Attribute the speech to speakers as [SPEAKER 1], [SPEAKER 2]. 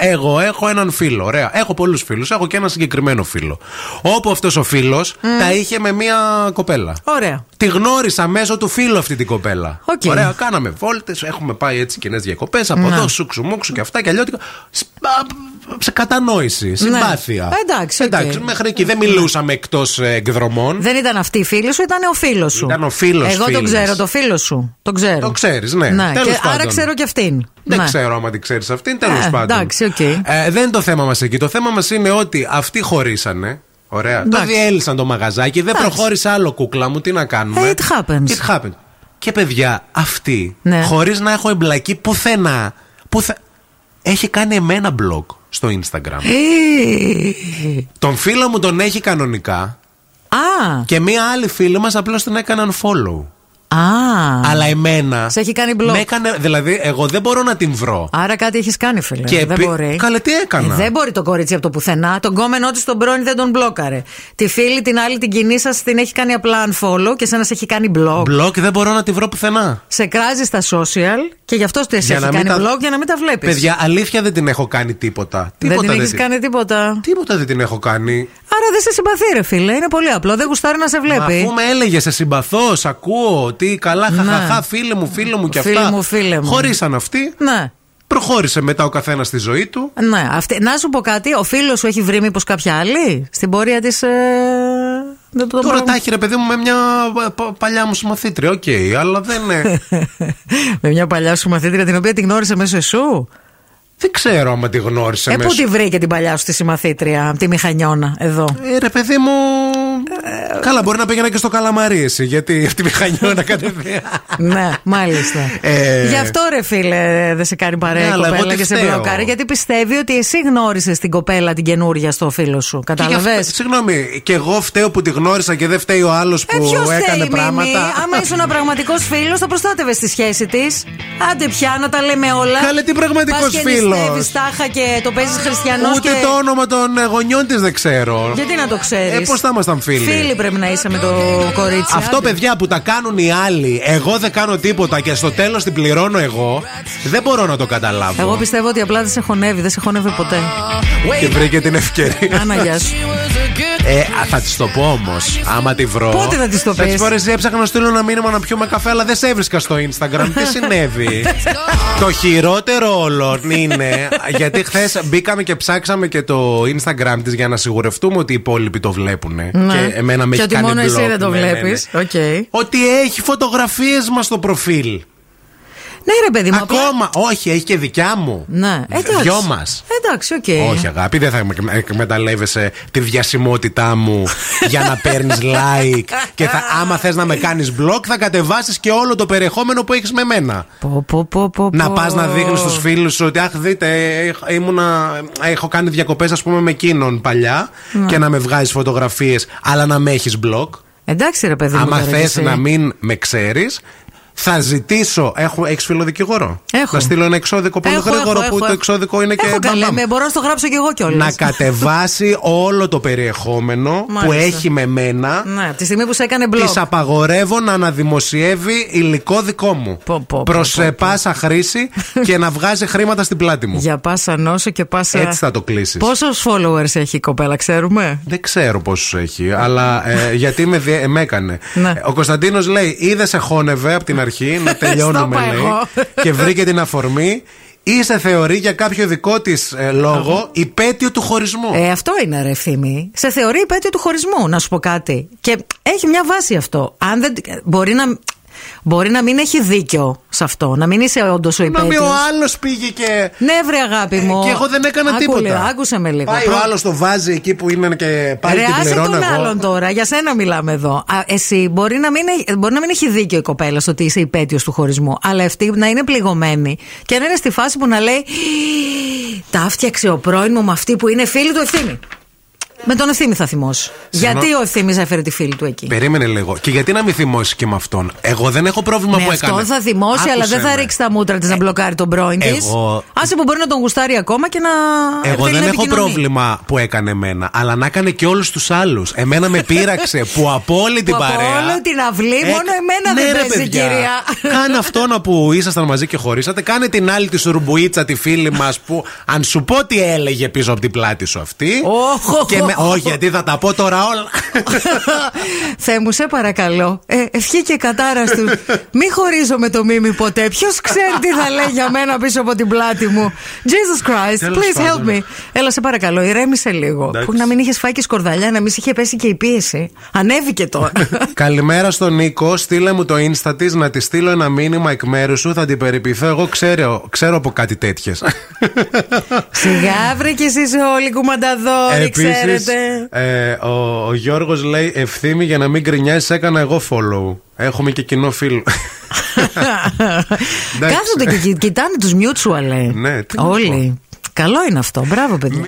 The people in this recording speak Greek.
[SPEAKER 1] Εγώ έχω έναν φίλο. Ωραία. Έχω πολλούς φίλους. Έχω και ένα συγκεκριμένο φίλο. Όπου αυτός ο φίλος τα είχε με μία κοπέλα.
[SPEAKER 2] Ωραία.
[SPEAKER 1] Τη γνώρισα μέσω του φίλου αυτή την κοπέλα.
[SPEAKER 2] Οκ. Ναι.
[SPEAKER 1] Ωραία, κάναμε βόλτες, έχουμε πάει έτσι κοινές διακοπές από εδώ, σούξου μουξου και αυτά και αλλιώτικα. Σ- α, Σε κατανόηση, συμπάθεια.
[SPEAKER 2] Ναι. Εντάξει, οκ.
[SPEAKER 1] Εντάξει, μέχρι εκεί δεν μιλούσαμε εκτός εκδρομών.
[SPEAKER 2] Δεν ήταν αυτή η φίλη σου, ήταν ο φίλος σου.
[SPEAKER 1] Ήταν ο φίλος
[SPEAKER 2] Εγώ τον
[SPEAKER 1] φίλης.
[SPEAKER 2] ξέρω, το φίλο σου. Τον ξέρω.
[SPEAKER 1] Το ξέρεις, ναι.
[SPEAKER 2] Να,
[SPEAKER 1] Τέλος
[SPEAKER 2] και, άρα
[SPEAKER 1] πάντων.
[SPEAKER 2] ξέρω και αυτήν. Ναι.
[SPEAKER 1] Δεν
[SPEAKER 2] Να.
[SPEAKER 1] ξέρω άμα την ξέρεις αυτήν, τέλος
[SPEAKER 2] Ε,
[SPEAKER 1] πάντων.
[SPEAKER 2] εντάξει, οκ.
[SPEAKER 1] Ε, δεν είναι το θέμα μας εκεί. Το θέμα μας είναι ότι αυτοί χωρίσανε. Ωραία.
[SPEAKER 2] Εντάξει.
[SPEAKER 1] Το διέλυσαν το μαγαζάκι, δεν
[SPEAKER 2] Εντάξει. Ε,
[SPEAKER 1] προχώρησε άλλο κούκλα μου. Τι να κάνουμε.
[SPEAKER 2] It happens.
[SPEAKER 1] It happens. Και παιδιά, αυτή,
[SPEAKER 2] Ναι.
[SPEAKER 1] χωρίς να έχω εμπλακεί πουθενά. πουθε- Έχει κάνει εμένα blog στο Instagram.
[SPEAKER 2] Ε,
[SPEAKER 1] τον φίλο μου τον έχει κανονικά
[SPEAKER 2] Α,
[SPEAKER 1] και μία άλλη φίλη μας απλώς την έκαναν follow.
[SPEAKER 2] α.
[SPEAKER 1] Αλλά εμένα.
[SPEAKER 2] Σε έχει κάνει block.
[SPEAKER 1] με έκανε- δηλαδή, εγώ δεν μπορώ να την βρω.
[SPEAKER 2] Άρα κάτι έχεις κάνει, φίλε.
[SPEAKER 1] Και
[SPEAKER 2] δεν
[SPEAKER 1] επί-
[SPEAKER 2] μπορεί.
[SPEAKER 1] Καλέ, τι έκανα.
[SPEAKER 2] Ε, δεν μπορεί το κορίτσι από το πουθενά. Τον κόμενό της τον πρώην δεν τον μπλόκαρε. Τη φίλη την άλλη την κοινή σας την έχει κάνει απλά unfollow και σένα σε έχει κάνει block.
[SPEAKER 1] Μπλοκ δεν μπορώ να τη βρω πουθενά.
[SPEAKER 2] Σε κράζεις στα social και γι' αυτό σε έχει
[SPEAKER 1] Για να
[SPEAKER 2] κάνει
[SPEAKER 1] μην τα-
[SPEAKER 2] blog για να μην τα βλέπεις.
[SPEAKER 1] Παιδιά, αλήθεια δεν την έχω κάνει τίποτα.
[SPEAKER 2] δεν
[SPEAKER 1] τίποτα
[SPEAKER 2] την έχει
[SPEAKER 1] τη-
[SPEAKER 2] κάνει τίποτα.
[SPEAKER 1] Τίποτα δεν την έχω κάνει.
[SPEAKER 2] Άρα δεν σε συμπαθεί, ρε φίλε. Είναι πολύ απλό. Δεν γουστάρει να σε βλέπει.
[SPEAKER 1] Αφού με έλεγε, σε συμπαθώ, σ' ακούω, τι καλά,
[SPEAKER 2] Ναι.
[SPEAKER 1] χαχαχά, φίλε μου, φίλε μου και
[SPEAKER 2] Φίλε
[SPEAKER 1] αυτά.
[SPEAKER 2] μου, φίλε μου.
[SPEAKER 1] Χωρίσαν αυτοί,
[SPEAKER 2] Ναι.
[SPEAKER 1] προχώρησε μετά ο καθένας στη ζωή του.
[SPEAKER 2] Ναι, αυτή... να σου πω κάτι, ο φίλος σου έχει βρει μήπως κάποια άλλη στην πορεία της. Ε... Δεν το
[SPEAKER 1] Τώρα τα έχει ρε παιδί μου με μια ε, πα- παλιά μου συμμαθήτρια. Οκ, αλλά δεν είναι.
[SPEAKER 2] Με μια παλιά σου μαθήτρια την οποία τη γνώρισε μέσω εσού.
[SPEAKER 1] δεν ξέρω άμα τη γνώρισε
[SPEAKER 2] Ε, πού
[SPEAKER 1] μέσα.
[SPEAKER 2] τη βρήκε την παλιά σου τη συμμαθήτρια, τη μηχανιώνα, εδώ.
[SPEAKER 1] Ε, ρε παιδί μου.
[SPEAKER 2] Ε,
[SPEAKER 1] Καλά, μπορεί να πήγαινα και στο καλαμαρί εσύ, γιατί αυτή η μηχανιώνα κατευθείαν.
[SPEAKER 2] ναι, μάλιστα.
[SPEAKER 1] Ε.
[SPEAKER 2] Γι' αυτό ρε φίλε δεν σε κάνει παρέα
[SPEAKER 1] Ναι,
[SPEAKER 2] η
[SPEAKER 1] αλλά εγώ
[SPEAKER 2] κοπέλα
[SPEAKER 1] τι
[SPEAKER 2] και σε
[SPEAKER 1] φταίω.
[SPEAKER 2] μπλοκάρει, γιατί πιστεύει ότι εσύ γνώρισες την κοπέλα την καινούρια στο φίλο σου.
[SPEAKER 1] Και γι' αυτό-
[SPEAKER 2] Κατάλαβες.
[SPEAKER 1] Συγγνώμη, και εγώ φταίω που τη γνώρισα και δεν φταίει ο άλλος
[SPEAKER 2] Ε, ποιο
[SPEAKER 1] που
[SPEAKER 2] θέλει,
[SPEAKER 1] έκανε
[SPEAKER 2] Μίμη,
[SPEAKER 1] πράγματα.
[SPEAKER 2] άμα ήσουν ένα πραγματικός φίλος, θα προστάτευες τη σχέση της. Άντε πια να τα λέμε όλα.
[SPEAKER 1] Καλέ, τι πραγματικός
[SPEAKER 2] Πας και
[SPEAKER 1] φίλος.
[SPEAKER 2] νηστεύεις τάχα και το παίζεις χριστιανός.
[SPEAKER 1] Ούτε
[SPEAKER 2] και...
[SPEAKER 1] το όνομα των ε, γονιών της δεν ξέρω.
[SPEAKER 2] Γιατί να το ξέρεις.
[SPEAKER 1] Ε, πώς θα ήμασταν φίλοι.
[SPEAKER 2] Φίλοι πρέπει να είσαι με το κορίτσι.
[SPEAKER 1] Αυτό,
[SPEAKER 2] Άντε.
[SPEAKER 1] παιδιά, που τα κάνουν οι άλλοι, εγώ δεν κάνω τίποτα και στο τέλος την πληρώνω εγώ, δεν μπορώ να το καταλάβω.
[SPEAKER 2] Εγώ πιστεύω ότι απλά δεν σε χωνεύει, δεν σε χωνεύει ποτέ.
[SPEAKER 1] Και βρήκε την ευκαιρία.
[SPEAKER 2] Άνα, γεια σου.
[SPEAKER 1] Ε, α, θα της το πω όμως. Άμα τη βρω.
[SPEAKER 2] Πότε θα της το
[SPEAKER 1] Θα
[SPEAKER 2] πεις?
[SPEAKER 1] τη πω ρε, εσύ, έψαχνα να στείλω ένα μήνυμα να πιούμε καφέ, αλλά δεν σε έβρισκα στο Instagram. Τι συνέβη. το χειρότερο όλων είναι. γιατί χθες μπήκαμε και ψάξαμε και το Instagram της για να σιγουρευτούμε ότι οι υπόλοιποι το βλέπουν. Και εμένα με
[SPEAKER 2] Ναι.
[SPEAKER 1] έχει
[SPEAKER 2] Και ότι
[SPEAKER 1] κάνει
[SPEAKER 2] μόνο εσύ
[SPEAKER 1] block.
[SPEAKER 2] δεν το
[SPEAKER 1] Ναι, ναι, ναι.
[SPEAKER 2] βλέπει. Οκ.
[SPEAKER 1] Ότι έχει φωτογραφίες μας στο προφίλ.
[SPEAKER 2] Ναι, ρε παιδί μου. απλά-
[SPEAKER 1] Ακόμα. Όχι, έχει και δικιά μου.
[SPEAKER 2] Ναι, εντάξει.
[SPEAKER 1] Δυο μας.
[SPEAKER 2] Εντάξει, οκ.
[SPEAKER 1] Όχι, αγάπη, δεν θα εκμε- εκμεταλλεύεσαι τη διασημότητά μου για να παίρνεις like. και θα, άμα θες να με κάνεις blog, θα κατεβάσεις και όλο το περιεχόμενο που έχεις με μένα.
[SPEAKER 2] Πω, πω, πω, πω,
[SPEAKER 1] Να
[SPEAKER 2] πω.
[SPEAKER 1] πας να δείχνεις στους φίλους σου ότι, Αχ, δείτε, ε, ε, ήμουνα, ε, έχω κάνει διακοπές, ας πούμε, με εκείνον παλιά και να με βγάζεις φωτογραφίες, αλλά να με έχεις blog.
[SPEAKER 2] Εντάξει, ρε παιδί μου.
[SPEAKER 1] Άμα
[SPEAKER 2] τώρα κι
[SPEAKER 1] θε
[SPEAKER 2] εσύ.
[SPEAKER 1] να μην με ξέρεις, θα ζητήσω. Έχει φιλοδικηγόρο.
[SPEAKER 2] Έχω.
[SPEAKER 1] Να στείλω ένα εξώδικο πολύ
[SPEAKER 2] Έχω,
[SPEAKER 1] γρήγορο
[SPEAKER 2] έχω,
[SPEAKER 1] που
[SPEAKER 2] έχω.
[SPEAKER 1] το εξώδικο είναι και
[SPEAKER 2] Έχω καλέ,
[SPEAKER 1] μπαμπαμ.
[SPEAKER 2] με, μπορώ να στο γράψω κι εγώ κιόλας.
[SPEAKER 1] να κατεβάσει όλο το περιεχόμενο που
[SPEAKER 2] Μάλιστα.
[SPEAKER 1] έχει με μένα.
[SPEAKER 2] Ναι, τη στιγμή που σε έκανε μπλοκ.
[SPEAKER 1] Της απαγορεύω να αναδημοσιεύει υλικό δικό μου.
[SPEAKER 2] Πω, πω, πω,
[SPEAKER 1] Προς
[SPEAKER 2] πω, πω.
[SPEAKER 1] ε, πάσα χρήση και να βγάζει χρήματα στην πλάτη μου.
[SPEAKER 2] Για πάσα νόσο και πάσα.
[SPEAKER 1] Έτσι θα το κλείσεις.
[SPEAKER 2] Πόσους followers έχει η κοπέλα, ξέρουμε.
[SPEAKER 1] Δεν ξέρω πόσους έχει, αλλά ε, γιατί με, διε- ε, με έκανε.
[SPEAKER 2] Ναι.
[SPEAKER 1] Ε, Ο Κωνσταντίνος λέει: Είδε σε χώνευε από την αρχή να τελειώνουμε,
[SPEAKER 2] Στο είπα εγώ.
[SPEAKER 1] λέει. και βρήκε την αφορμή. Ή σε θεωρεί για κάποιο δικό της λόγο υπέτειο του χωρισμού.
[SPEAKER 2] Ε, αυτό είναι ρε ευθύμη. Σε θεωρεί υπέτειο του χωρισμού, να σου πω κάτι. Και έχει μια βάση αυτό. Αν δεν, μπορεί, να, μπορεί να μην έχει δίκιο σε αυτό, να μην είσαι όντως
[SPEAKER 1] Να
[SPEAKER 2] ο
[SPEAKER 1] μην
[SPEAKER 2] υπέτειο.
[SPEAKER 1] ο άλλος πήγε και.
[SPEAKER 2] Ναι, βρε αγάπη μου.
[SPEAKER 1] Ε, Και εγώ δεν έκανα
[SPEAKER 2] Άκου
[SPEAKER 1] τίποτα.
[SPEAKER 2] λίγο, άκουσε με λίγο.
[SPEAKER 1] Πάει ο άλλος το βάζει εκεί που είναι και πάλι
[SPEAKER 2] Ρε,
[SPEAKER 1] την
[SPEAKER 2] άσε
[SPEAKER 1] πληρώνω
[SPEAKER 2] τον
[SPEAKER 1] εγώ.
[SPEAKER 2] άλλον τώρα. Για σένα μιλάμε εδώ. Α, εσύ μπορεί να, μην, έχει- μπορεί να μην έχει δίκιο η κοπέλα στο ότι είσαι υπέτειος του χωρισμού. Αλλά αυτή να είναι πληγωμένη και να είναι στη φάση που να λέει «Χι, Τα έφτιαξε ο πρώην μου με αυτή που είναι φίλη του ευθύνη. Με τον ευθύμη θα θυμώσει.
[SPEAKER 1] Συγγνώμη.
[SPEAKER 2] Γιατί ο ευθύμης έφερε τη φίλη του εκεί.
[SPEAKER 1] Περίμενε λίγο. Και γιατί να μην θυμώσεις και με αυτόν. Εγώ δεν έχω πρόβλημα
[SPEAKER 2] Με
[SPEAKER 1] που
[SPEAKER 2] αυτόν
[SPEAKER 1] έκανε.
[SPEAKER 2] θα θυμώσει,
[SPEAKER 1] Άκουσε
[SPEAKER 2] αλλά δεν θα
[SPEAKER 1] με. Ε,
[SPEAKER 2] ρίξει τα μούτρα της να μπλοκάρει τον πρώην της.
[SPEAKER 1] εγώ-
[SPEAKER 2] Άσε που μπορεί να τον γουστάρει ακόμα και να.
[SPEAKER 1] Εγώ
[SPEAKER 2] θέλει να
[SPEAKER 1] δεν έχω
[SPEAKER 2] επικοινωνεί.
[SPEAKER 1] πρόβλημα που έκανε εμένα, αλλά να έκανε και όλους τους άλλους. Εμένα με πείραξε που από όλη την
[SPEAKER 2] Που από
[SPEAKER 1] παρέα.
[SPEAKER 2] όλη την αυλή, μόνο εμένα
[SPEAKER 1] ναι,
[SPEAKER 2] δεν
[SPEAKER 1] ρε,
[SPEAKER 2] παίζει,
[SPEAKER 1] παιδιά.
[SPEAKER 2] κυρία.
[SPEAKER 1] Κάνε αυτό να που ήσασταν μαζί και χωρίσατε. Κάνε την άλλη τη σουρμπουίτσα, τη φίλη μας που αν σου πω τι έλεγε πίσω από την πλάτη σου αυτή.
[SPEAKER 2] Όχο.
[SPEAKER 1] και με, όχι, γιατί θα τα πω τώρα όλα.
[SPEAKER 2] Θεέ μου, σε παρακαλώ. Ε, ευχή και κατάρα του. Μη χωρίζω με το μίμη ποτέ. Ποιος ξέρει τι θα λέει για μένα πίσω από την πλάτη μου. Jesus Christ,
[SPEAKER 1] Τέλος
[SPEAKER 2] please help
[SPEAKER 1] πάντων.
[SPEAKER 2] me. Έλα, σε παρακαλώ, ηρέμησε λίγο.
[SPEAKER 1] Εντάξει.
[SPEAKER 2] Που να μην είχες φάει και σκορδαλιά, να μην σε είχε πέσει και η πίεση. Ανέβηκε τώρα.
[SPEAKER 1] Καλημέρα στον Νίκο. Στείλε μου το insta της να τη στείλω ένα μήνυμα εκ μέρους σου. Θα την περιποιηθώ. Εγώ ξέρω, ξέρω από κάτι τέτοιες.
[SPEAKER 2] Σιγά βρε κι εσείς όλοι κουμανταδόροι,
[SPEAKER 1] Ε, Επίσης,
[SPEAKER 2] ξέρετε.
[SPEAKER 1] ε, ο, ο Γιώργος λέει ευθύμη για να μην γκρινιάσεις έκανα εγώ follow. Έχουμε και κοινό φίλο.
[SPEAKER 2] Κάθονται και κοι- κοιτάνε τους mutual, ε.
[SPEAKER 1] Ναι, τι να
[SPEAKER 2] Όλοι. Καλό είναι αυτό. Μπράβο, παιδιά.